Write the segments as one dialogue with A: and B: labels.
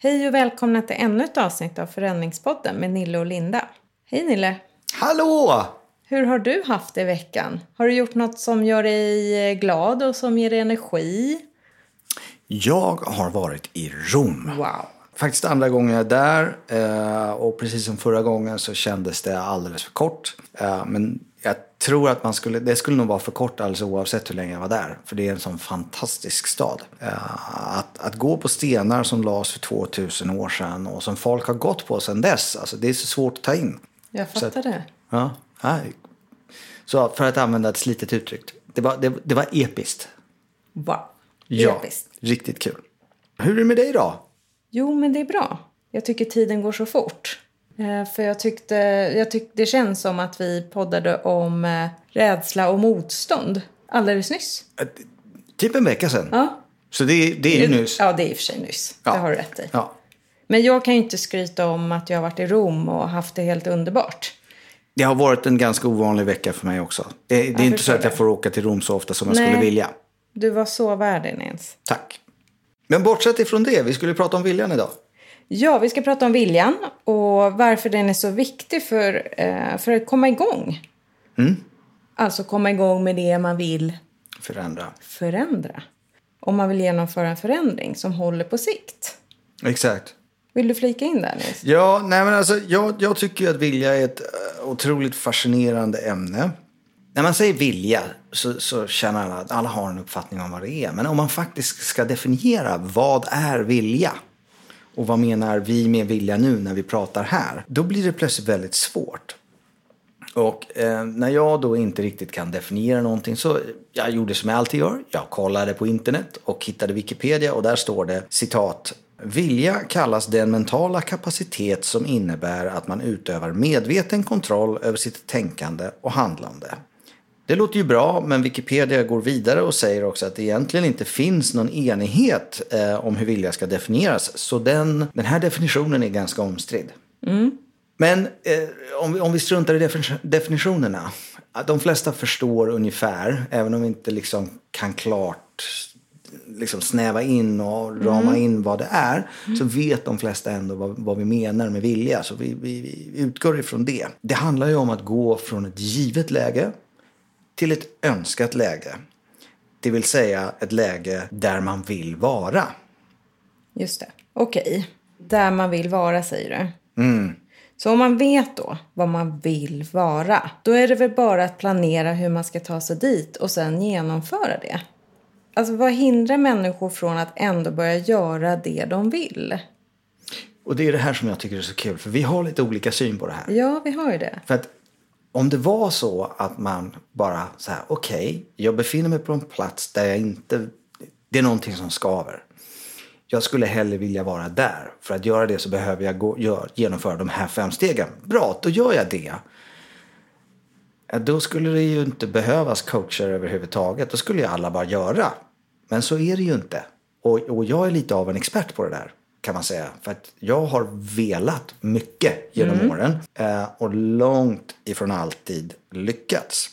A: Hej och välkomna till ännu ett avsnitt av Förändringspodden med Nille och Linda. Hej Nille!
B: Hallå!
A: Hur har du haft det i veckan? Har du gjort något som gör dig eh, glad och som ger dig energi?
B: Jag har varit i Rom.
A: Wow!
B: Faktiskt andra gången jag är där eh, och precis som förra gången så kändes det alldeles för kort. Eh, Men jag tror att man skulle, det skulle nog vara för kort alltså oavsett hur länge jag var där. För det är en sån fantastisk stad. Eh, Att, att gå på stenar som lades för 2000 år sedan och som folk har gått på sedan dess, alltså det är så svårt att ta in.
A: Jag fattar det.
B: Ja. nej. Så för att använda ett slitet uttryck, det var, det, det var episkt.
A: Wow! Episkt.
B: riktigt kul. Hur är det med dig då?
A: Jo, men det är bra. Jag tycker tiden går så fort. Eh, För jag tyckte, jag tyckte det känns som att vi poddade om eh, rädsla och motstånd alldeles nyss.
B: Typ en vecka sedan.
A: Ja,
B: Så det, det är ju nyss.
A: ja det är i och för sig nyss.
B: Ja.
A: Det har du rätt i.
B: Ja.
A: Men jag kan ju inte skryta om att jag har varit i Rom och haft det helt underbart.
B: Det har varit en ganska ovanlig vecka för mig också. Det, det är inte så
A: förstår
B: att jag
A: det.
B: får åka till Rom så ofta som jag
A: Nej.
B: skulle vilja.
A: Du var så värd det, Nils.
B: Tack. Men bortsett ifrån det, vi skulle ju prata om viljan idag.
A: Ja, vi ska prata om viljan och varför den är så viktig för, eh, för att komma igång. Alltså komma igång med det man vill
B: Förändra.
A: förändra. Om man vill genomföra en förändring som håller på sikt.
B: Exakt.
A: Vill du flika in där, Nils?
B: Ja, nej men alltså, jag, jag tycker ju att vilja är ett eh, otroligt fascinerande ämne. När man säger vilja så, så känner alla att alla har en uppfattning om vad det är. Men om man faktiskt ska definiera vad är vilja och vad menar vi med vilja nu när vi pratar här, då blir det plötsligt väldigt svårt. Och eh, när jag då inte riktigt kan definiera någonting så jag gjorde som jag alltid gör. Jag kollade på internet och hittade Wikipedia och där står det citat. Vilja kallas den mentala kapacitet som innebär att man utövar medveten kontroll över sitt tänkande och handlande. Det låter ju bra, men Wikipedia går vidare och säger också att det egentligen inte finns någon enighet eh, om hur vilja ska definieras. Så den, den här definitionen är ganska omstridd. Men eh, om, vi, om vi struntar i defin- definitionerna. att De flesta förstår ungefär, även om vi inte liksom kan klart liksom snäva in och rama in vad det är. Så vet de flesta ändå vad, vad vi menar med vilja. Så vi, vi, vi utgår ifrån det. Det handlar ju om att gå från ett givet läge till ett önskat läge. Det vill säga ett läge där man vill vara.
A: Just det. Okej. Där man vill vara, säger du. Så om man vet då vad man vill vara, då är det väl bara att planera hur man ska ta sig dit och sen genomföra det. Alltså vad hindrar människor från att ändå börja göra det de vill?
B: Och det är det här som jag tycker är så kul, för vi har lite olika syn på det här.
A: Ja, vi har ju det.
B: För att om det var så att man bara så här, okej, jag befinner mig på en plats där jag inte, det är någonting som skaver. Jag skulle hellre vilja vara där. För att göra det så behöver jag gå, gör, genomföra de här fem stegen. Bra, då gör jag det. Ja, Då skulle det ju inte behövas coacher överhuvudtaget. Då skulle ju alla bara göra. Men så är det ju inte. Och, och jag är lite av en expert på det där kan man säga. För att jag har velat mycket genom åren eh, och långt ifrån alltid lyckats.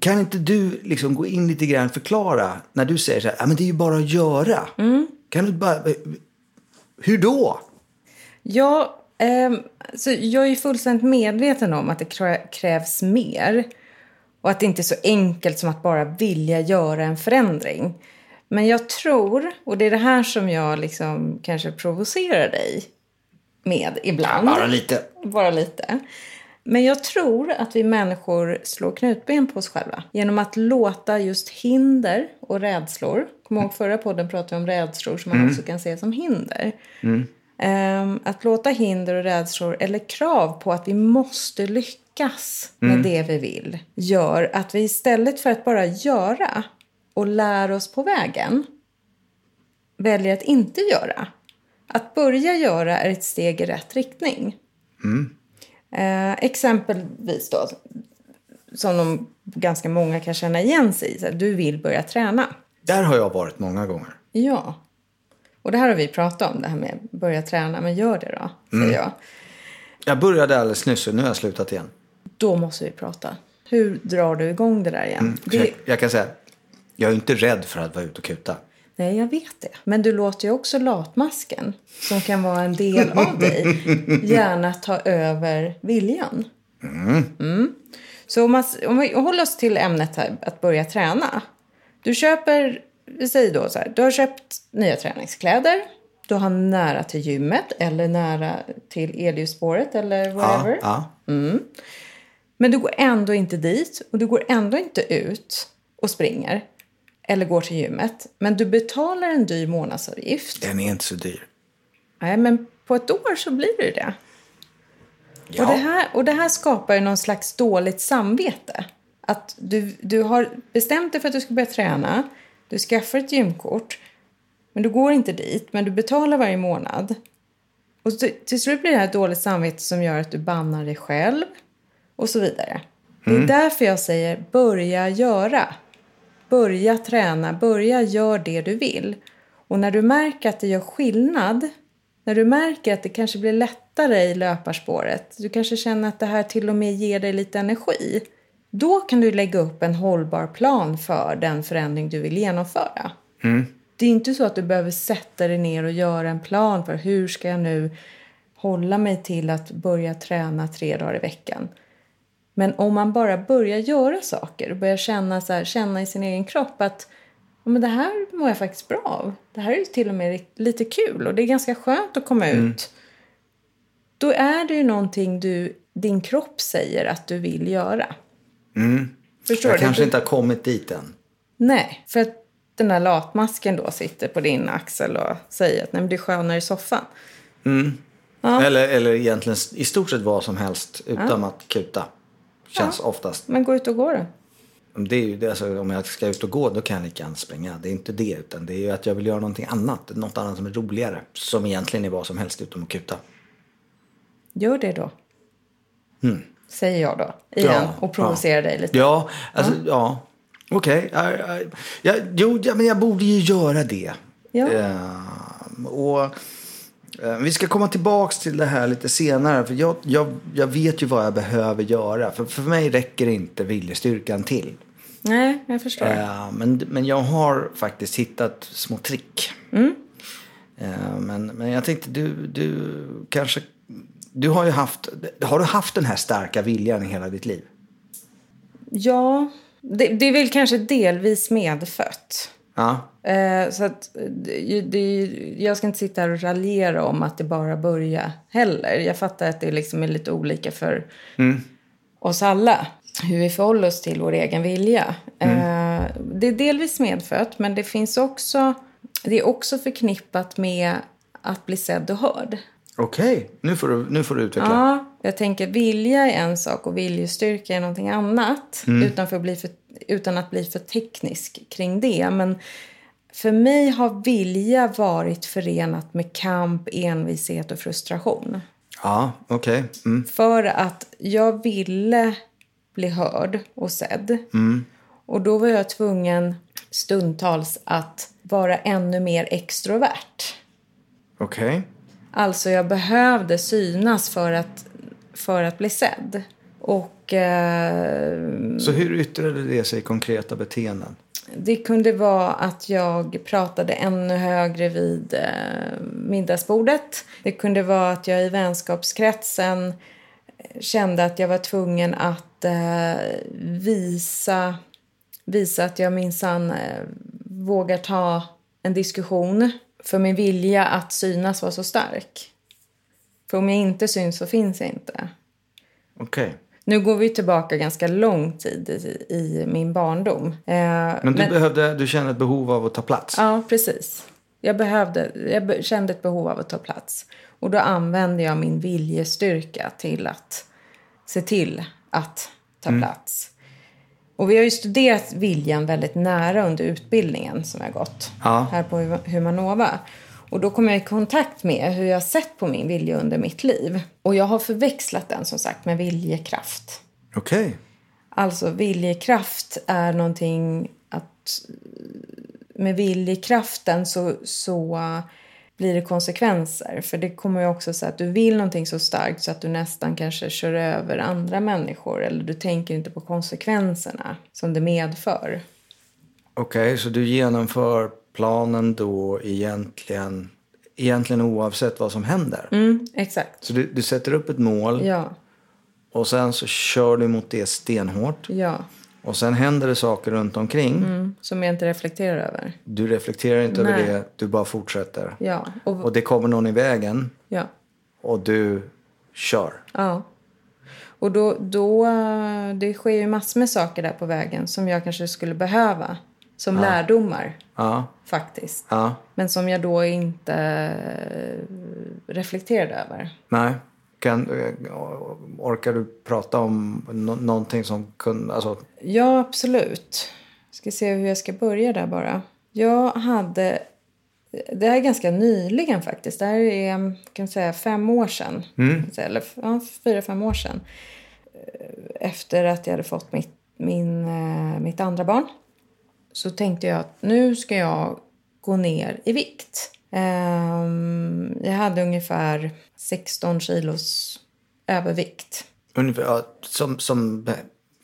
B: Kan inte du liksom gå in lite grann och förklara när du säger så här, "Ja, men det är ju bara att göra. Kan du bara, eh, hur då?
A: Ja, ehm, så jag är ju fullständigt medveten om att det krä- krävs mer och att det inte är så enkelt som att bara vilja göra en förändring. Men jag tror, och det är det här som jag liksom kanske provocerar dig med ibland.
B: Bara lite.
A: Bara lite. Men jag tror att vi människor slår knutben på oss själva genom att låta just hinder och rädslor... Kom ihåg förra podden pratade vi om rädslor som man också kan se som hinder. Ehm, att låta hinder och rädslor eller krav på att vi måste lyckas med det vi vill gör att vi istället för att bara göra och lära oss på vägen väljer att inte göra. Att börja göra är ett steg i rätt riktning. Eh, exempelvis då, som de, ganska många kan känna igen sig i, så här, du vill börja träna.
B: Där har jag varit många gånger.
A: Ja. Och det här har vi pratat om, det här med börja träna, men gör det då, säger jag.
B: Jag började alldeles nyss och nu har jag slutat igen.
A: Då måste vi prata. Hur drar du igång det där igen?
B: Så jag,
A: Det,
B: jag kan säga, jag är inte rädd för att vara ute och kuta.
A: Nej, jag vet det. Men du låter ju också latmasken, som kan vara en del av dig, gärna ta över viljan. Mm. Så om, man, om vi håller oss till ämnet här, att börja träna. Du köper, vi säger då så här, du har köpt nya träningskläder. Du har nära till gymmet eller nära till elljusspåret eller whatever.
B: Ja, ja.
A: Men du går ändå inte dit och du går ändå inte ut och springer eller går till gymmet. Men du betalar en dyr månadsavgift.
B: Den är inte så dyr.
A: Nej, men på ett år så blir det det.
B: Ja.
A: Och, det här, och det här skapar ju någon slags dåligt samvete. Att du, du har bestämt dig för att du ska börja träna. Du skaffar ett gymkort. Men du går inte dit, men du betalar varje månad. Och så- till slut blir det här ett dåligt samvete som gör att du bannar dig själv. Och så vidare. Det är därför jag säger börja göra. Börja träna, börja gör det du vill. Och när du märker att det gör skillnad, när du märker att det kanske blir lättare i löparspåret, du kanske känner att det här till och med ger dig lite energi, då kan du lägga upp en hållbar plan för den förändring du vill genomföra.
B: Mm.
A: Det är inte så att du behöver sätta dig ner och göra en plan för hur ska jag nu hålla mig till att börja träna tre dagar i veckan. Men om man bara börjar göra saker och börjar känna, så här, känna i sin egen kropp att "Ja, men det här mår jag faktiskt bra av. Det här är ju till och med lite kul och det är ganska skönt att komma
B: Mm.
A: ut. Då är det ju någonting du, din kropp säger att du vill göra. Förstår
B: Mm. Jag
A: du?
B: kanske inte har kommit dit än.
A: Nej, för att den där latmasken då sitter på din axel och säger att Nej, men det är skönare i soffan.
B: Eller, eller egentligen i stort sett vad som helst utan att kuta. Känns oftast.
A: Men gå ut och gå då.
B: Det är ju, det, alltså, om jag ska ut och gå då kan jag lika gärna springa. Det är inte det utan det är ju att jag vill göra någonting annat. Något annat som är roligare. Som egentligen är vad som helst utom att kuta.
A: Gör det då. Säger jag då. Igen.
B: Mm. Ja,
A: och provocerar dig lite.
B: Ja, alltså ja. Okej. ja, ja. Ja, jo, ja, men jag borde ju göra det.
A: Ja.
B: Ehm, och eh, vi ska komma tillbaks till det här lite senare. För jag, jag, jag vet ju vad jag behöver göra. För, för mig räcker inte viljestyrkan till.
A: Nej, jag förstår.
B: Eh, men, men jag har faktiskt hittat små trick.
A: Mm.
B: Eh, men, men jag tänkte, du, du kanske... Du har ju haft... Har du haft den här starka viljan i hela ditt liv?
A: Ja, det, det är väl kanske delvis medfött.
B: Ja.
A: Eh, så att, eh, det, det, jag ska inte sitta här och raljera om att det bara börjar heller. Jag fattar att det liksom är lite olika för oss alla. Hur vi förhåller oss till vår egen vilja. Eh, det är delvis medfött, men det finns också... Det är också förknippat med att bli sedd och hörd.
B: Okej, nu, får du, nu får du utveckla.
A: Ja, jag tänker vilja är en sak och viljestyrka är någonting annat.
B: Mm.
A: Utan, för att bli för, utan att bli för teknisk kring det. Men för mig har vilja varit förenat med kamp, envishet och frustration.
B: Ja, okej. Mm.
A: För att jag ville bli hörd och sedd.
B: Mm.
A: Och då var jag tvungen stundtals att vara ännu mer extrovert.
B: Okej.
A: Alltså jag behövde synas för att, för att bli sedd. Och eh,
B: Så hur yttrade det sig i konkreta beteenden?
A: det kunde vara att jag pratade ännu högre vid eh, middagsbordet. Det kunde vara att jag i vänskapskretsen eh, kände att jag var tvungen att eh, visa, visa att jag minsann eh, vågar ta en diskussion. För min vilja att synas var så stark. För om jag inte syns så finns jag inte.
B: Okej.
A: Nu går vi tillbaka ganska lång tid i, i min barndom. Eh,
B: Men, du, behövde, du kände ett behov av att ta plats?
A: Ja, precis. Jag, behövde, jag be- kände ett behov av att ta plats. Och då använde jag min viljestyrka till att se till att ta
B: Mm.
A: plats. Och vi har ju studerat viljan väldigt nära under utbildningen som jag gått
B: Ja.
A: här på Huma- Humanova. Och då kom jag i kontakt med hur jag sett på min vilja under mitt liv. Och jag har förväxlat den som sagt med viljekraft.
B: Okej.
A: Alltså viljekraft är någonting att med viljekraften så, så äh, blir det konsekvenser. För det kommer ju också så att du vill någonting så starkt så att du nästan kanske kör över andra människor eller du tänker inte på konsekvenserna som det medför.
B: Okej, så du genomför planen då egentligen, egentligen oavsett vad som händer.
A: Mm, exakt.
B: Så du, du sätter upp ett mål
A: Ja,
B: och sen så kör du mot det stenhårt.
A: ja.
B: Och sen händer det saker runt omkring.
A: Mm, som jag inte reflekterar över.
B: Du reflekterar inte över
A: Nej.
B: det, du bara fortsätter.
A: Ja, och,
B: Och det kommer någon i vägen
A: ja.
B: och du kör.
A: Ja. Och då, då, eh, det sker ju massor med saker där på vägen som jag kanske skulle behöva som lärdomar
B: Ja,
A: faktiskt.
B: ja,
A: Men som jag då inte eh, reflekterade över.
B: nej. Kan, eh, orkar du prata om nå- någonting som kunde... Alltså,
A: Ja, absolut. Ska se hur jag ska börja där bara. Jag hade... Det här är ganska nyligen faktiskt. Det här är kan jag säga, fem år sedan. Kan jag säga, Eller ja, fyra, fem år sedan. Eh, Efter att jag hade fått mitt, min, eh, mitt andra barn. Så tänkte jag att nu ska jag gå ner i vikt. Ehm, jag hade ungefär 16 kilos övervikt.
B: ungefär, ja, som, som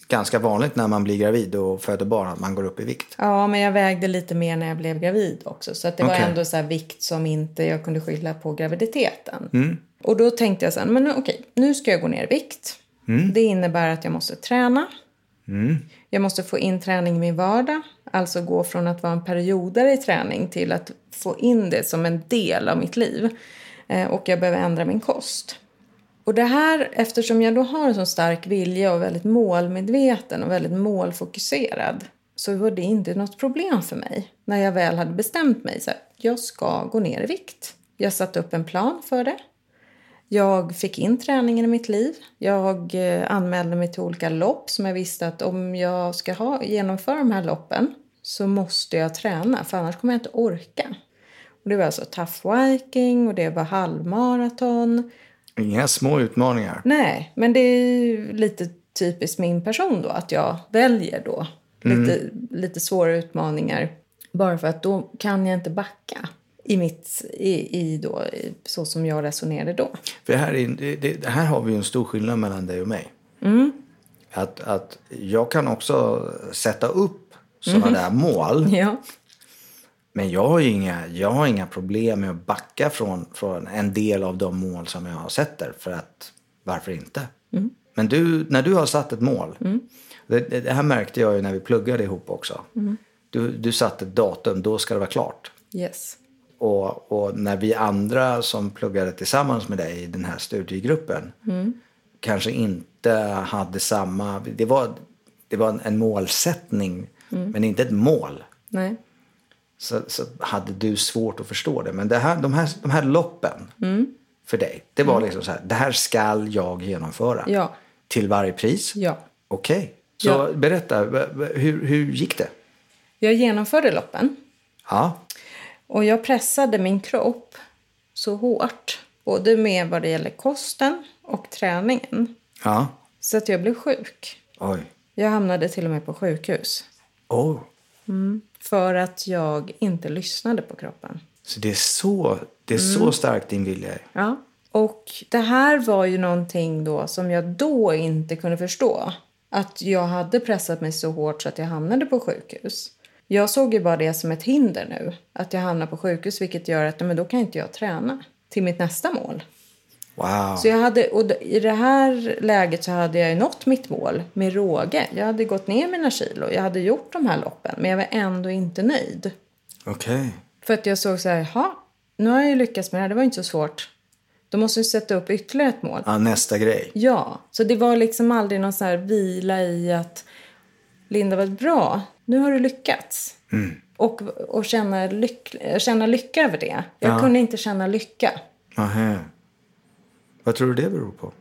B: ganska vanligt när man blir gravid och föder barn, att man går upp i vikt.
A: Ja, men jag vägde lite mer när jag blev gravid också. Så att det
B: Okej.
A: var ändå så här vikt som inte jag kunde skylla på graviditeten. Och då tänkte jag så här, men nu- okej, nu ska jag gå ner i vikt. Det innebär att jag måste träna. Jag måste få in träning i min vardag. Alltså gå från att vara en periodare i träning till att få in det som en del av mitt liv. Eh, Och jag behöver ändra min kost. Och det här, eftersom jag då har en så stark vilja och väldigt målmedveten och väldigt målfokuserad så var det inte något problem för mig när jag väl hade bestämt mig. Så här, jag ska gå ner i vikt. Jag satte upp en plan för det. Jag fick in träningen i mitt liv. Jag eh, anmälde mig till olika lopp som jag visste att om jag ska ha, genomföra de här loppen så måste jag träna för annars kommer jag inte orka. Och det var alltså tough viking och det var halvmaraton.
B: Inga små utmaningar.
A: Nej, men det är ju lite typiskt min person då att jag väljer då lite, lite svåra utmaningar bara för att då kan jag inte backa i mitt, i, i då, i, så som jag resonerade då.
B: För här, är, det, det, här har vi ju en stor skillnad mellan dig och mig. Att, att jag kan också sätta upp sådana där mål.
A: Ja,
B: Men jag har ju inga, jag har inga problem med att backa från, från en del av de mål som jag sätter. För att, varför inte? Men du, när du har satt ett mål. Det, det det här märkte jag ju när vi pluggade ihop också. Du, du satte ett datum, då ska det vara klart.
A: yes.
B: Och, och när vi andra som pluggade tillsammans med dig i den här studiegruppen kanske inte hade samma... Det var, det var en, en målsättning, men inte ett mål
A: Nej.
B: så, så hade du svårt att förstå det. Men det här, de, här, de här loppen
A: Mm.
B: för dig, det var liksom så här, det här skall jag genomföra.
A: Ja.
B: Till varje pris.
A: Ja.
B: Okej. Så
A: Ja.
B: berätta, v- v- hur, hur gick det?
A: Jag genomförde loppen
B: Ja,
A: och jag pressade min kropp så hårt. Både med vad det gäller kosten och träningen.
B: ja,
A: Så att jag blev sjuk.
B: oj,
A: Jag hamnade till och med på sjukhus.
B: oh.
A: För att jag inte lyssnade på kroppen.
B: Så det är så, det är
A: Mm.
B: så starkt din vilja är.
A: Ja. Och det här var ju någonting då som jag då inte kunde förstå. Att jag hade pressat mig så hårt så att jag hamnade på sjukhus. Jag såg ju bara det som ett hinder nu. Att jag hamnar på sjukhus vilket gör att nej, men då kan inte jag träna till mitt nästa mål.
B: Wow.
A: Så jag hade, och d- i det här läget så hade jag ju nått mitt mål med råge. Jag hade gått ner mina kilo, jag hade gjort de här loppen men jag var ändå inte nöjd.
B: Okej.
A: För att jag såg så här, jaha, nu har jag ju lyckats med det här, det var ju inte så svårt. Då måste jag sätta upp ytterligare ett mål.
B: Ja, nästa grej.
A: Ja, så det var liksom aldrig någon så här vila i att Linda var bra, nu har du lyckats. Och, och känna, lyck, känna lycka över det. Jag kunde inte känna lycka.
B: Aha. Vad tror du det beror på?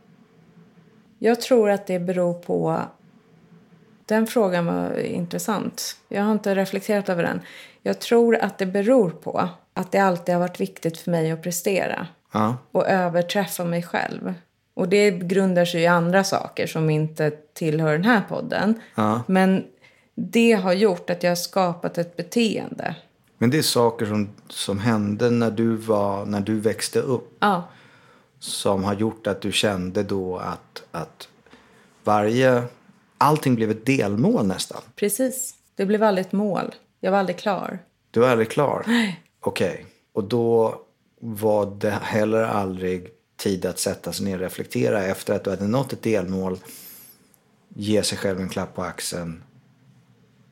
A: Jag tror att det beror på... Den frågan var intressant. Jag har inte reflekterat över den. Jag tror att det beror på att det alltid har varit viktigt för mig att prestera
B: Ja,
A: och överträffa mig själv. Och det grundar sig i andra saker som inte tillhör den här podden.
B: Ja.
A: Men det har gjort att jag har skapat ett beteende.
B: men det är saker som, som hände när du, var, när du växte upp.
A: Ja,
B: som har gjort att du kände då att, att varje... Allting blev ett delmål nästan.
A: precis. Det blev aldrig ett mål. Jag var aldrig klar.
B: Du var aldrig klar?
A: Nej.
B: Okej. Och då var det heller aldrig tid att sätta sig ner och reflektera efter att du hade nått ett delmål, ge sig själv en klapp på axeln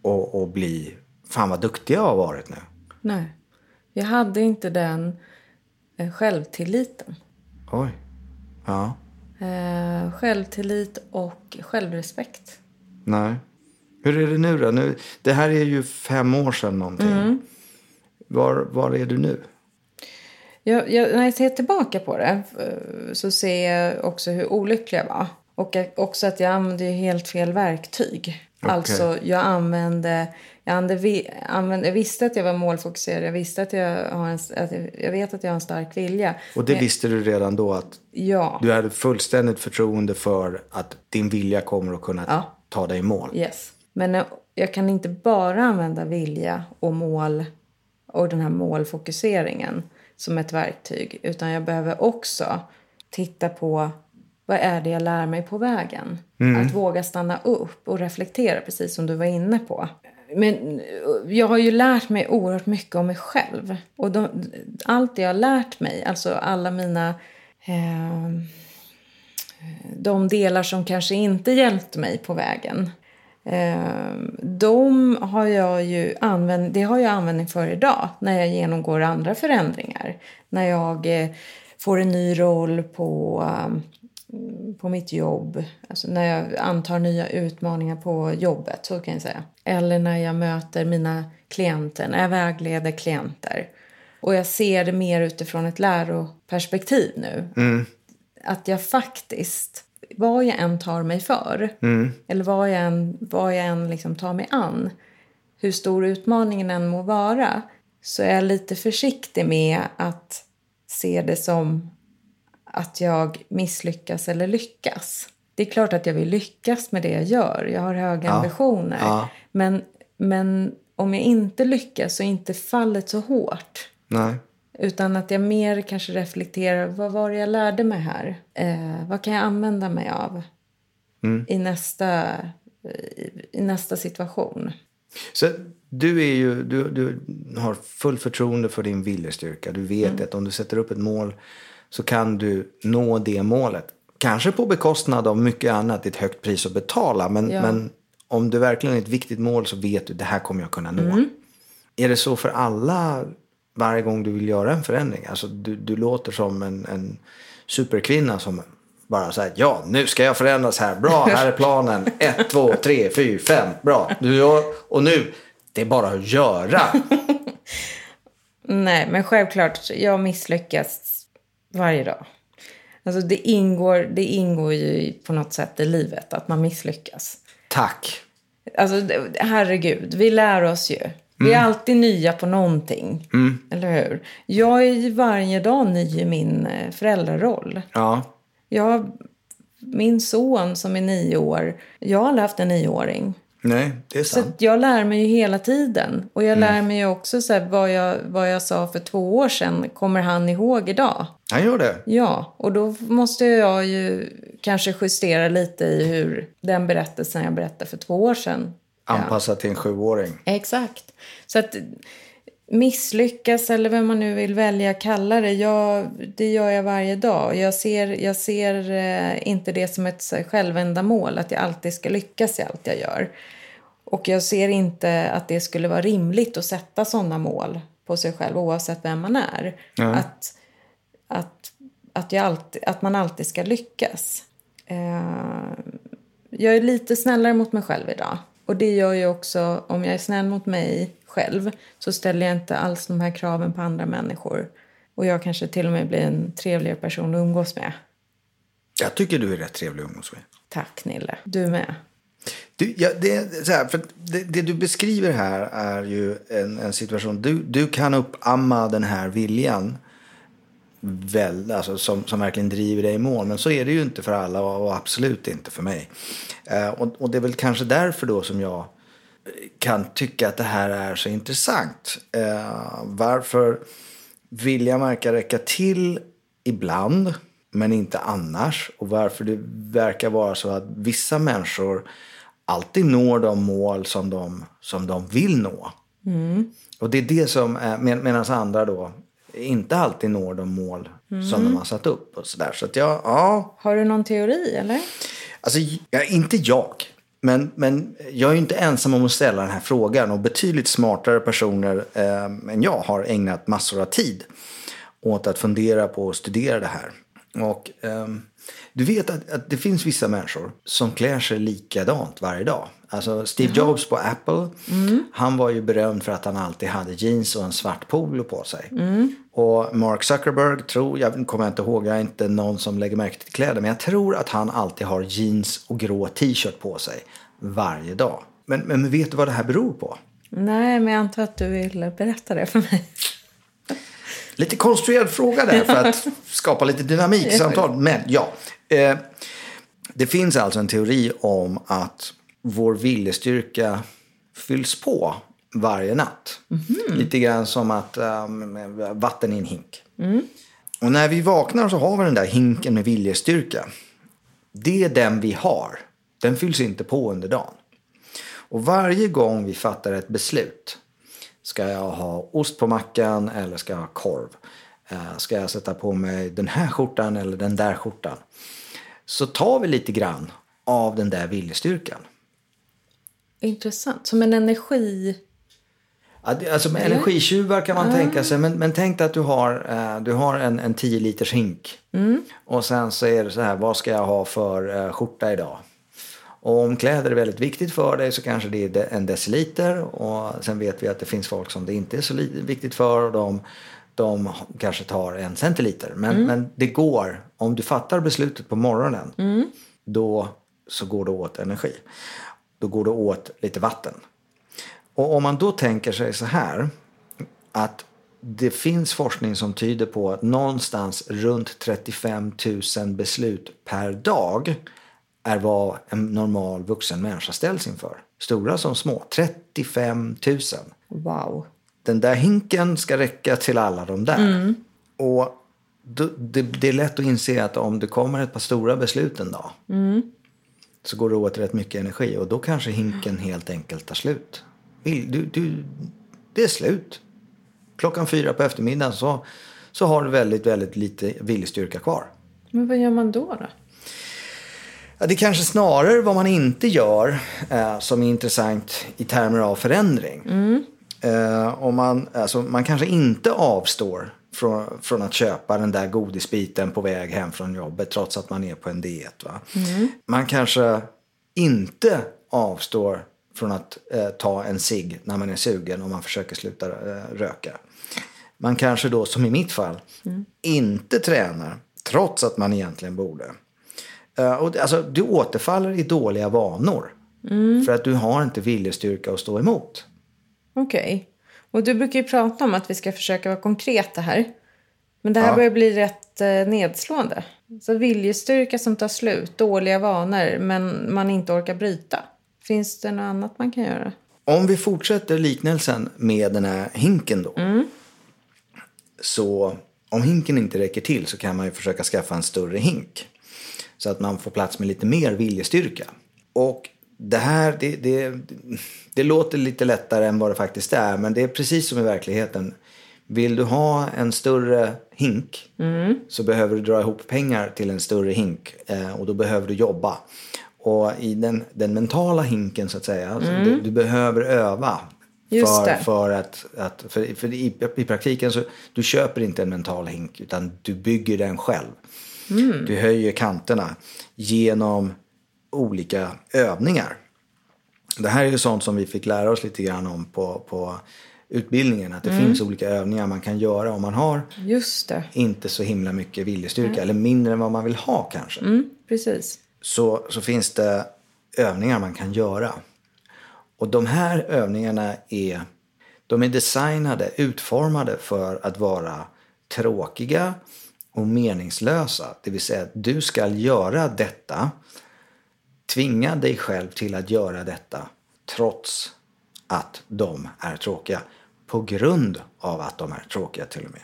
B: och, och bli, fan vad duktig jag har varit nu.
A: Nej. Jag hade inte den eh, självtilliten.
B: Oj. Ja.
A: Eh, självtillit och självrespekt.
B: Nej. Hur är det nu då? Nu, det här är ju fem år sedan någonting.
A: Mm.
B: Var, var är du nu?
A: Jag, jag, när jag ser tillbaka på det eh, så ser jag också hur olycklig jag var. Och jag- också att jag använde ju helt fel verktyg.
B: Okej.
A: Alltså, jag använde... Jag, använde, vi- använde, jag visste att jag var målfokuserad. Jag visste att jag, har en, att jag, jag vet att jag har en stark vilja.
B: Och det
A: Men-
B: visste du redan då att
A: Ja.
B: du hade fullständigt förtroende för att din vilja kommer att kunna
A: Ja.
B: ta dig i mål.
A: Yes. Men eh, jag kan inte bara använda vilja och mål och den här målfokuseringen som ett verktyg. Utan jag behöver också titta på vad är det jag lär mig på vägen. Att våga stanna upp och reflektera, precis som du var inne på. Men eh, jag har ju lärt mig oerhört mycket om mig själv. Och de, allt det jag har lärt mig, alltså alla mina... ehm, de delar som kanske inte hjälpte mig på vägen. Eh, de har jag ju använd, det har jag användning för idag när jag genomgår andra förändringar. När jag eh, får en ny roll på, eh, på mitt jobb. Alltså när jag antar nya utmaningar på jobbet, så kan jag säga. Eller när jag möter mina klienter, när jag vägleder klienter. Och jag ser det mer utifrån ett läroperspektiv nu att jag faktiskt, vad jag än tar mig för
B: Mm.
A: eller vad jag än, vad jag än liksom tar mig an hur stor utmaningen än må vara så är jag lite försiktig med att se det som att jag misslyckas eller lyckas. Det är klart att jag vill lyckas med det jag gör. Jag har höga ambitioner.
B: Ja.
A: Men, men om jag inte lyckas så är inte fallet så hårt.
B: Nej.
A: Utan att jag mer kanske reflekterar, vad var det jag lärde mig här? Eh, vad kan jag använda mig av i, nästa, i, i nästa situation?
B: Så du, är ju, du, du har full förtroende för din viljestyrka. Du vet
A: Mm.
B: att om du sätter upp ett mål så kan du nå det målet. Kanske på bekostnad av mycket annat, det är ett högt pris att betala. Men,
A: Ja.
B: men om det verkligen är ett viktigt mål så vet du det här kommer jag kunna nå.
A: Mm.
B: Är det så för alla varje gång du vill göra en förändring? Alltså du, du låter som en, en superkvinna som bara säger ja nu ska jag förändras här, bra här är planen, Ett, två, tre, fyra, fem, bra. Du gör, och nu, det är bara att göra.
A: Nej, men självklart, jag misslyckas varje dag. Alltså det ingår, det ingår ju i- på något sätt i livet att man misslyckas.
B: Tack.
A: Alltså det- herregud, vi lär oss ju. Vi är alltid nya på någonting. Eller hur? Jag är ju varje dag ny i min eh, föräldraroll.
B: Ja,
A: Jag, min son som är nio år, jag har aldrig haft en nioåring.
B: nej, det är
A: Så
B: sant.
A: att jag lär mig ju hela tiden. Och jag lär mig ju också så här, vad, jag, vad jag sa för två år sedan, kommer han ihåg idag?
B: Han gör det.
A: Ja, och då måste jag ju kanske justera lite i hur den berättelsen jag berättade för två år sedan.
B: Anpassat till en sjuåring.
A: Exakt. Så att misslyckas eller vem man nu vill välja att kalla det, jag, det gör jag varje dag. Jag ser, jag ser eh, inte det som ett så här självändamål, att jag alltid ska lyckas i allt jag gör. Och jag ser inte att det skulle vara rimligt att sätta sådana mål på sig själv oavsett vem man är.
B: Nej.
A: Att, att, att, jag alltid, att man alltid ska lyckas. Eh, jag är lite snällare mot mig själv idag. Och det gör ju också, om jag är snäll mot mig själv så ställer jag inte alls de här kraven på andra människor. Och jag kanske till och med blir en trevligare person att umgås med.
B: Jag tycker du är rätt trevlig att umgås med.
A: Tack Nille, du med.
B: Du, ja, det, är så här, för det, det du beskriver här är ju en, en situation... Du, du kan uppamma den här viljan väl, alltså, som, som verkligen driver dig i mål. Men så är det ju inte för alla och, och absolut inte för mig. Eh, och, och det är väl kanske därför då som jag kan tycka att det här är så intressant. Eh, varför viljan verkar räcka till ibland, men inte annars. Och varför det verkar vara så att vissa människor alltid når de mål som de, som de vill nå. Och det är det som, eh, med, medan andra då inte alltid når de mål som de har satt upp och sådär. Så att jag, ja,
A: Har du någon teori eller?
B: Alltså, ja, inte jag. Men, men jag är ju inte ensam om att ställa den här frågan och betydligt smartare personer eh, än jag har ägnat massor av tid åt att fundera på och studera det här. Och ehm, du vet att, att det finns vissa människor som klär sig likadant varje dag. Alltså Steve Jobs på Apple, han var ju berömd för att han alltid hade jeans och en svart polo på sig. Och Mark Zuckerberg tror, jag kommer inte ihåg, jag är inte någon som lägger märke till kläder, men jag tror att han alltid har jeans och grå t-shirt på sig varje dag. Men, men vet du vad det här beror på?
A: Nej, men jag antar att du vill berätta det för mig.
B: Lite konstruerad fråga där för att skapa lite dynamik i samtalet. Men ja, eh, det finns alltså en teori om att vår viljestyrka fylls på varje natt. Lite grann som att ehm, vatten i en hink. Och när vi vaknar så har vi den där hinken med viljestyrka. Det är den vi har. Den fylls inte på under dagen. Och varje gång vi fattar ett beslut. Ska jag ha ost på mackan eller ska jag ha korv? Eh, Ska jag sätta på mig den här skjortan eller den där skjortan? Så tar vi lite grann av den där viljestyrkan.
A: Intressant. Som en energi...
B: Ja, det- Alltså med energitjuvar kan man tänka sig. Men, men tänk dig att du har, eh, du har en, en 10 liters hink. Och sen så är det så här, vad ska jag ha för eh, skjorta idag? Och om kläder är väldigt viktigt för dig så kanske det är de- en deciliter. Och sen vet vi att det finns folk som det inte är så li- viktigt för. Och de, de kanske tar en centiliter. Men, men det går, om du fattar beslutet på morgonen. Då så går det åt energi. Då går det åt lite vatten. Och om man då tänker sig så här att det finns forskning som tyder på att någonstans runt 35 000 beslut per dag är vad en normal vuxen människa ställs inför. Stora som små. 35 000
A: Wow.
B: den där hinken ska räcka till alla de där. Och då- det, det är lätt att inse att om det kommer ett par stora beslut en dag så går det åt rätt mycket energi och då kanske hinken helt enkelt tar slut. Vill- Du, du, det är slut. Klockan fyra på eftermiddagen så, så har du väldigt, väldigt lite viljestyrka kvar.
A: Men vad gör man då? då?
B: Ja, det är kanske snarare vad man inte gör eh, som är intressant i termer av förändring. Eh, om man, alltså, man kanske inte avstår från, från att köpa den där godisbiten på väg hem från jobbet trots att man är på en diet. Va? Man kanske inte avstår från att eh, ta en cigg när man är sugen om man försöker sluta eh, röka. Man kanske då, som i mitt fall, inte tränar trots att man egentligen borde. Eh, Och, det- alltså, du återfaller i dåliga vanor. För att du har inte viljestyrka att stå emot.
A: Okej. Och du brukar ju prata om att vi ska försöka vara konkreta här. Men det här börjar bli rätt eh, nedslående. Så viljestyrka som tar slut, dåliga vanor, men man inte orkar bryta. Finns det något annat man kan göra?
B: Om vi fortsätter liknelsen med den här hinken då. Så om hinken inte räcker till så kan man ju försöka skaffa en större hink. Så att man får plats med lite mer viljestyrka. Och det här, det, det, det låter lite lättare än vad det faktiskt är. Men det är precis som i verkligheten. Vill du ha en större hink
A: Mm.
B: så behöver du dra ihop pengar till en större hink. eh, Och då behöver du jobba. Och i den, den mentala hinken så att säga. Alltså, du, du behöver öva.
A: Mm. Just
B: för,
A: det.
B: för att, att för, för i, i praktiken så du köper inte en mental hink utan du bygger den själv. Du höjer kanterna genom olika övningar. Det här är ju sånt som vi fick lära oss lite grann om på, på utbildningen. Att det finns olika övningar man kan göra om man har
A: Just det.
B: inte så himla mycket viljestyrka eller mindre än vad man vill ha kanske
A: Mm, precis.
B: så, så finns det övningar man kan göra. Och de här övningarna är, de är designade, utformade för att vara tråkiga och meningslösa. Det vill säga att du ska göra detta, tvinga dig själv till att göra detta trots att de är tråkiga. På grund av att de är tråkiga till och med.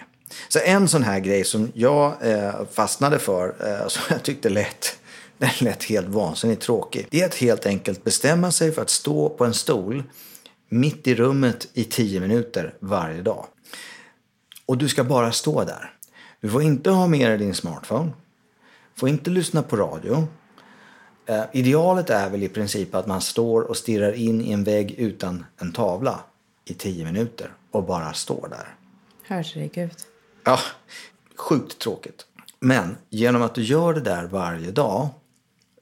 B: Så en sån här grej som jag eh, fastnade för, eh, som jag tyckte lät, den lät helt vansinnigt tråkig. Det är att helt enkelt bestämma sig för att stå på en stol mitt i rummet i 10 minuter varje dag. Och du ska bara stå där. Du får inte ha med dig din smartphone. Får inte lyssna på radio. Eh, idealet är väl i princip att man står och stirrar in i en vägg utan en tavla i 10 minuter och bara står där.
A: Herregud.
B: Ja, sjukt tråkigt. Men genom att du gör det där varje dag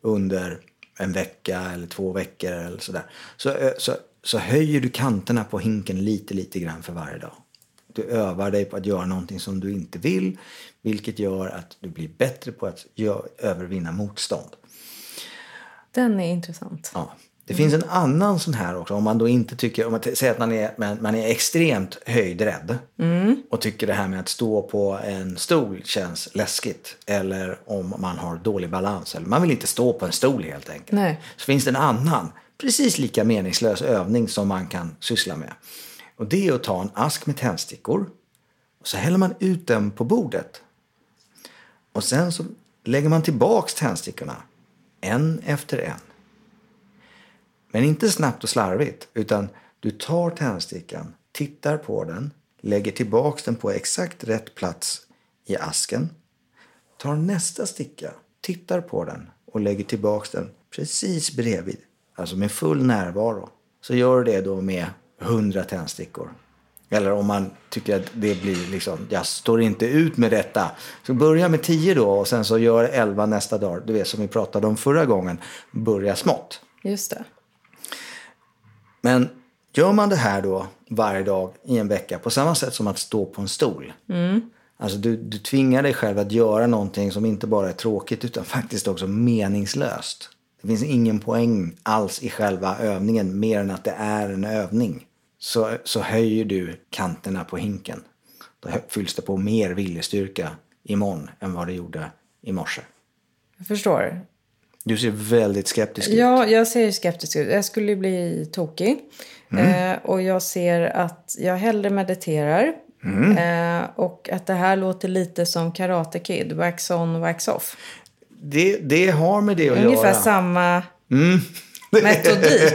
B: under en vecka eller två veckor eller sådär så, ö- så, så höjer du kanterna på hinken lite, lite grann för varje dag. Du övar dig på att göra någonting som du inte vill vilket gör att du blir bättre på att gö- övervinna motstånd.
A: Den är intressant.
B: Ja. Det finns en annan sån här också. Om man då inte tycker, om man t- säger att man är, man, man är extremt höjdrädd och tycker det här med att stå på en stol känns läskigt. Eller om man har dålig balans. Eller man vill inte stå på en stol helt enkelt.
A: Nej.
B: Så finns det en annan, precis lika meningslös övning som man kan syssla med. Och det är att ta en ask med tändstickor. Och så häller man ut den på bordet. Och sen så lägger man tillbaks tändstickorna. En efter en. Men inte snabbt och slarvigt, utan du tar tändstickan, tittar på den, lägger tillbaks den på exakt rätt plats i asken, tar nästa sticka, tittar på den och lägger tillbaks den precis bredvid, alltså med full närvaro. Så gör du det då med 100 tändstickor. Eller om man tycker att det blir liksom, jag står inte ut med detta. Så börja med 10 då och sen så gör 11 nästa dag. Du vet som vi pratade om förra gången, börja smått.
A: Just det.
B: Men gör man det här då varje dag i en vecka på samma sätt som att stå på en stol.
A: Mm.
B: Alltså du, du tvingar dig själv att göra någonting som inte bara är tråkigt utan faktiskt också meningslöst. Det finns ingen poäng alls i själva övningen mer än att det är en övning. Så, så höjer du kanterna på hinken. Då hö- fylls det på mer viljestyrka imorgon än vad det gjorde i morse.
A: Jag förstår.
B: Du ser väldigt skeptisk ut.
A: Ja, jag ser ju skeptisk ut. Jag skulle ju bli tokig. Eh, och jag ser att jag hellre mediterar. Eh, och att det här låter lite som Karate Kid. Wax on, wax off.
B: Det, det har med det att
A: Ungefär
B: göra.
A: samma metodik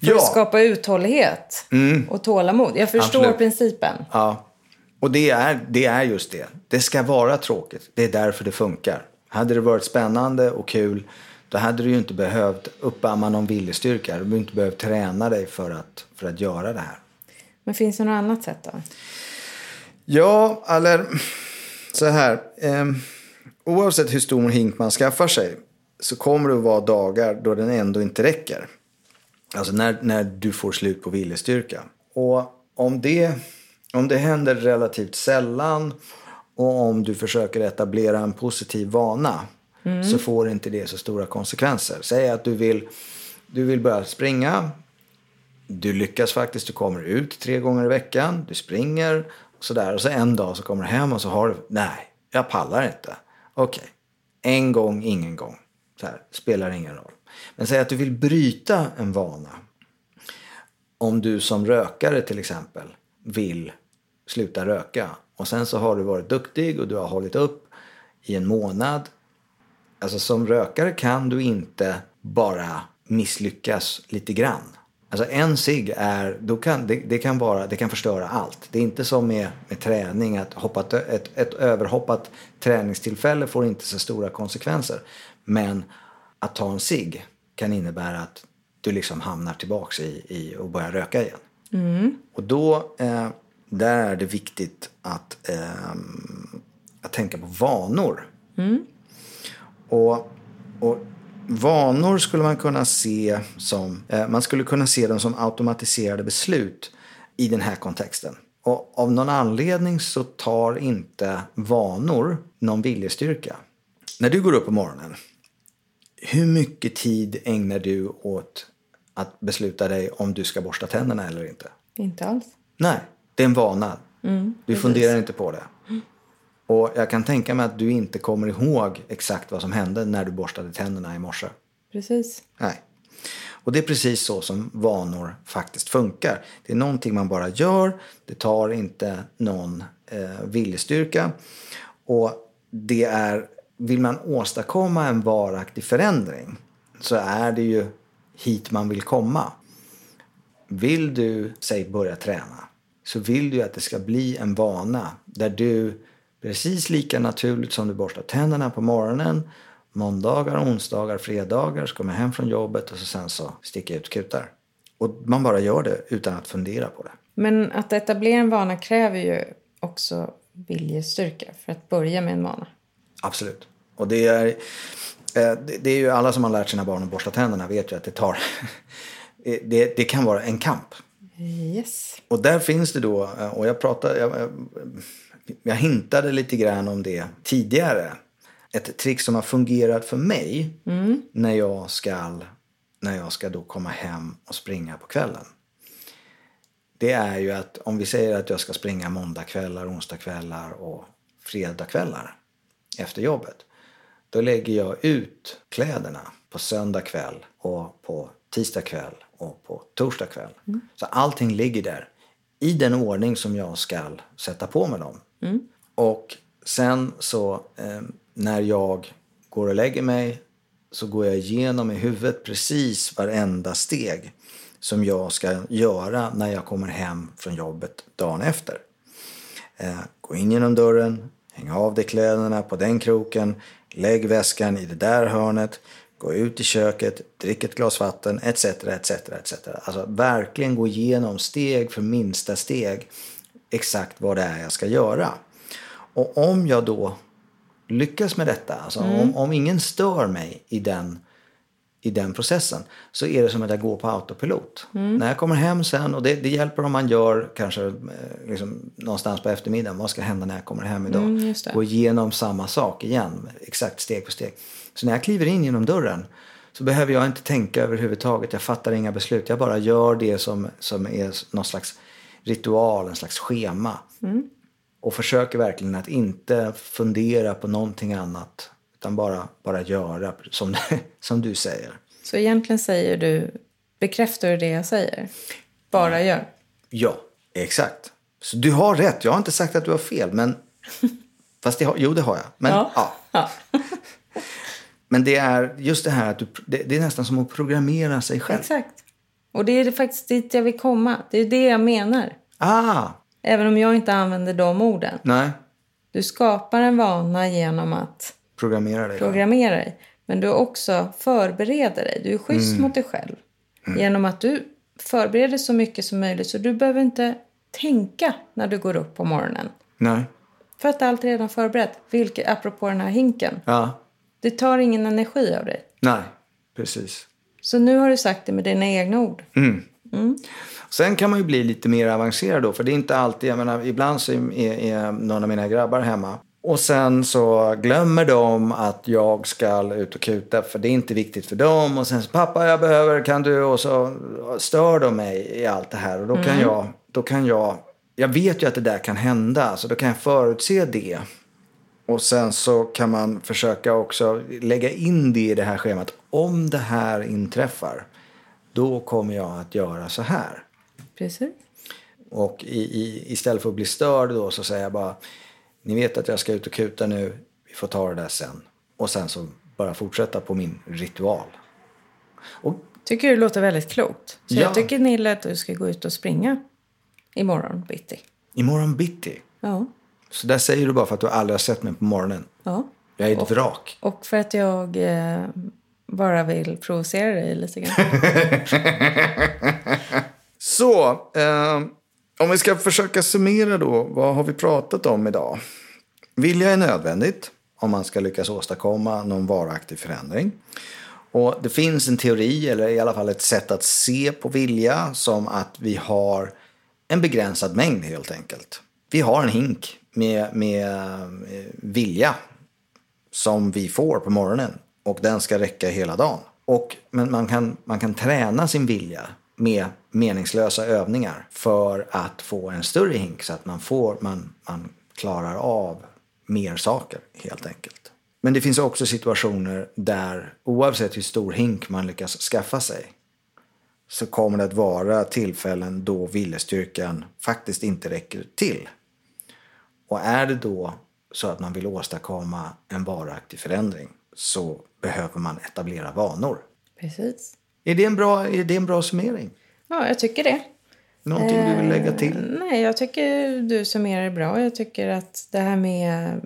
A: för att skapa uthållighet och tålamod. Jag förstår
B: Absolut.
A: principen.
B: Ja. Och det är, det är just det. Det ska vara tråkigt. Det är därför det funkar. Hade det varit spännande och kul, då hade du ju inte behövt uppamma någon viljestyrka. Du hade inte behövt träna dig för att, för att göra det här.
A: Men finns det något annat sätt då?
B: Ja, eller så här. ehm, oavsett hur stor hink man skaffar sig så kommer det att vara dagar då den ändå inte räcker. Alltså när, när du får slut på viljestyrka. Och om det, om det händer relativt sällan och om du försöker etablera en positiv vana så får inte det så stora konsekvenser. Säg att du vill, du vill börja springa du lyckas faktiskt, du kommer ut tre gånger i veckan, du springer och sådär. Och så en dag så kommer du hem och så har du, nej, jag pallar inte. Okej, en gång, ingen gång. Så här, spelar ingen roll. Men säg att du vill bryta en vana. Om du som rökare till exempel vill sluta röka och sen så har du varit duktig och du har hållit upp i en månad Alltså som rökare kan du inte bara misslyckas lite grann. Alltså en cigg är, då kan, det, det, kan vara, det kan förstöra allt. Det är inte som med, med träning, att hoppat, ett, ett överhoppat träningstillfälle får inte så stora konsekvenser. Men att ta en cigg kan innebära att du liksom hamnar tillbaks i, i och börjar röka igen. Och då, eh, där är det viktigt att, ehm, att tänka på vanor. Och, och vanor skulle man kunna se som, eh, man skulle kunna se dem som automatiserade beslut i den här kontexten. Och av någon anledning så tar inte vanor någon viljestyrka. När du går upp på morgonen, hur mycket tid ägnar du åt att besluta dig om du ska borsta tänderna eller inte?
A: Inte alls.
B: Nej, det är en vana. du funderar inte på det. Och jag kan tänka mig att du inte kommer ihåg exakt vad som hände när du borstade tänderna i morse.
A: Precis.
B: Nej. Och det är precis så som vanor faktiskt funkar. Det är någonting man bara gör, det tar inte någon eh, viljestyrka. Och det är, vill man åstadkomma en varaktig förändring så är det ju hit man vill komma. Vill du, säg börja träna, så vill du att det ska bli en vana där du precis lika naturligt som du borstar tänderna på morgonen, måndagar, onsdagar, fredagar, så kommer jag hem från jobbet och så sen så sticker jag ut kutar. Och man bara gör det utan att fundera på det.
A: Men att etablera en vana kräver ju också viljestyrka för att börja med en vana.
B: Absolut. Och det är, eh, det- det är ju alla som har lärt sina barn att borsta tänderna vet ju att det tar... det, det kan vara en kamp.
A: Yes.
B: Och där finns det då, eh, och jag pratade, jag, jag- jag hintade lite grann om det tidigare. Ett trick som har fungerat för mig när jag ska, när jag ska då komma hem och springa på kvällen. Det är ju att om vi säger att jag ska springa måndagkvällar, onsdagkvällar och fredagkvällar efter jobbet. Då lägger jag ut kläderna på söndag kväll och på tisdag kväll och på torsdag kväll. Så allting ligger där i den ordning som jag ska sätta på mig dem. Och sen så eh, när jag går och lägger mig så går jag igenom i huvudet precis varenda steg som jag ska göra när jag kommer hem från jobbet dagen efter. Eh, gå in genom dörren, häng av dig kläderna på den kroken, lägg väskan i det där hörnet, gå ut i köket, drick ett glas vatten, etc. etc, etc. Alltså verkligen gå igenom steg för minsta steg exakt vad det är jag ska göra. Och om jag då lyckas med detta, alltså om, om ingen stör mig i den i den processen så är det som att jag går på autopilot.
A: Mm.
B: När jag kommer hem sen, och det, det hjälper om man gör kanske eh, liksom, någonstans på eftermiddagen, vad ska hända när jag kommer hem idag?
A: Mm, just det.
B: Gå igenom samma sak igen, exakt steg för steg. Så när jag kliver in genom dörren så behöver jag inte tänka överhuvudtaget, jag fattar inga beslut, jag bara gör det som, som är någon slags ritual, en slags schema.
A: Mm.
B: Och försöker verkligen att inte fundera på någonting annat utan bara, bara göra som, som du säger.
A: Så egentligen säger du, bekräftar du det jag säger? Bara gör.
B: Ja, exakt. Så du har rätt. Jag har inte sagt att du har fel, men... Fast det har, jo, det har jag. Men, ja.
A: ja.
B: men det är just det här att du, det, det är nästan som att programmera sig själv.
A: Exakt. Och det är det faktiskt dit jag vill komma. Det är det jag menar.
B: Ah,
A: Även om jag inte använder de orden.
B: nej.
A: Du skapar en vana genom att
B: Programmera dig själv.
A: programmera dig. Men du också förbereder dig. Du är schysst
B: Mm.
A: mot dig själv. Genom att du förbereder så mycket som möjligt. Så du behöver inte tänka när du går upp på morgonen.
B: Nej.
A: För att allt är redan förberett. Vilket, apropå den här hinken.
B: Ja.
A: Det tar ingen energi av dig.
B: Nej, precis.
A: Så nu har du sagt det med dina egna ord.
B: Sen kan man ju bli lite mer avancerad då, för det är inte alltid, jag menar, ibland så är, är någon av mina grabbar hemma och sen så glömmer de att jag ska ut och kuta för det är inte viktigt för dem och sen så pappa jag behöver, kan du? Och så stör de mig i allt det här och då kan jag, då kan jag, jag vet ju att det där kan hända så då kan jag förutse det. Och sen så kan man försöka också lägga in det i det här schemat. Om det här inträffar, då kommer jag att göra så här.
A: Precis.
B: Och i, i, istället för att bli störd då så säger jag bara ni vet att jag ska ut och kuta nu, vi får ta det där sen. Och sen så bara fortsätta på min ritual. Och
A: Tycker du det låter väldigt klokt. Så
B: Ja.
A: jag tycker Nilla att du ska gå ut och springa imorgon bitti.
B: imorgon bitti,
A: Ja.
B: så där säger du bara för att du aldrig har sett mig på morgonen.
A: ja.
B: Jag är ett vrak.
A: Och för att jag eh, bara vill provocera dig lite grann.
B: Så, eh, om vi ska försöka summera då, vad har vi pratat om idag? Vilja är nödvändigt om man ska lyckas åstadkomma någon varaktig förändring. Och det finns en teori, eller i alla fall ett sätt att se på vilja som att vi har en begränsad mängd helt enkelt. Vi har en hink med, med eh, vilja som vi får på morgonen och den ska räcka hela dagen. Och, men man kan, man kan träna sin vilja med meningslösa övningar för att få en större hink så att man, får, man, man klarar av mer saker helt enkelt. Men det finns också situationer där oavsett hur stor hink man lyckas skaffa sig så kommer det att vara tillfällen då viljestyrkan faktiskt inte räcker till. Och är det då så att man vill åstadkomma en varaktig förändring så behöver man etablera vanor.
A: Precis.
B: Är det en bra, är det en bra summering?
A: Ja, jag tycker det.
B: Någonting du vill lägga till?
A: Eh, Nej, jag tycker du summerar det bra. Jag tycker att det här med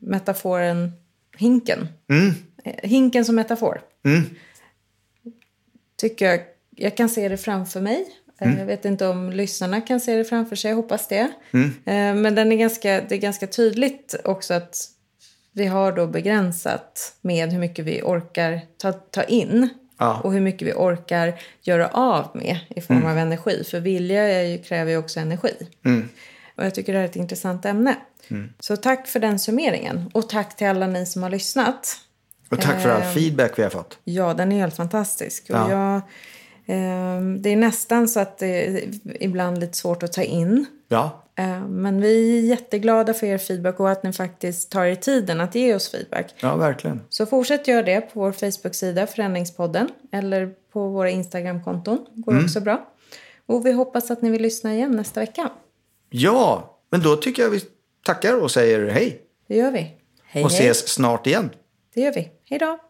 A: metaforen hinken.
B: Mm,
A: eh, Hinken som metafor.
B: mm,
A: Tycker jag, jag kan se det framför mig. Eh,
B: Mm.
A: Jag vet inte om lyssnarna kan se det framför sig, jag hoppas det.
B: Mm.
A: Eh, Men den är ganska, det är ganska tydligt också att vi har då begränsat med hur mycket vi orkar ta, ta in.
B: Ja.
A: Och hur mycket vi orkar göra av med i form av energi. För vilja är ju, kräver ju också energi.
B: mm.
A: Och jag tycker det här är ett intressant ämne. Så tack för den summeringen. Och tack till alla ni som har lyssnat.
B: Och tack för
A: eh.
B: all feedback vi har fått.
A: Ja, den är helt fantastisk. Och
B: Ja.
A: jag, ehm, det är nästan så att det är ibland lite svårt att ta in.
B: Ja,
A: Eh, Men vi är jätteglada för er feedback och att ni faktiskt tar er tiden att ge oss feedback.
B: ja verkligen.
A: Så fortsätt göra det på vår Facebook-sida Förändringspodden eller på våra Instagram-konton. går
B: Mm.
A: också bra. Och vi hoppas att ni vill lyssna igen nästa vecka.
B: Ja, men då tycker jag vi tackar och säger hej.
A: Det gör vi. Hej,
B: Och
A: hej.
B: ses snart igen.
A: Det gör vi. Hej då.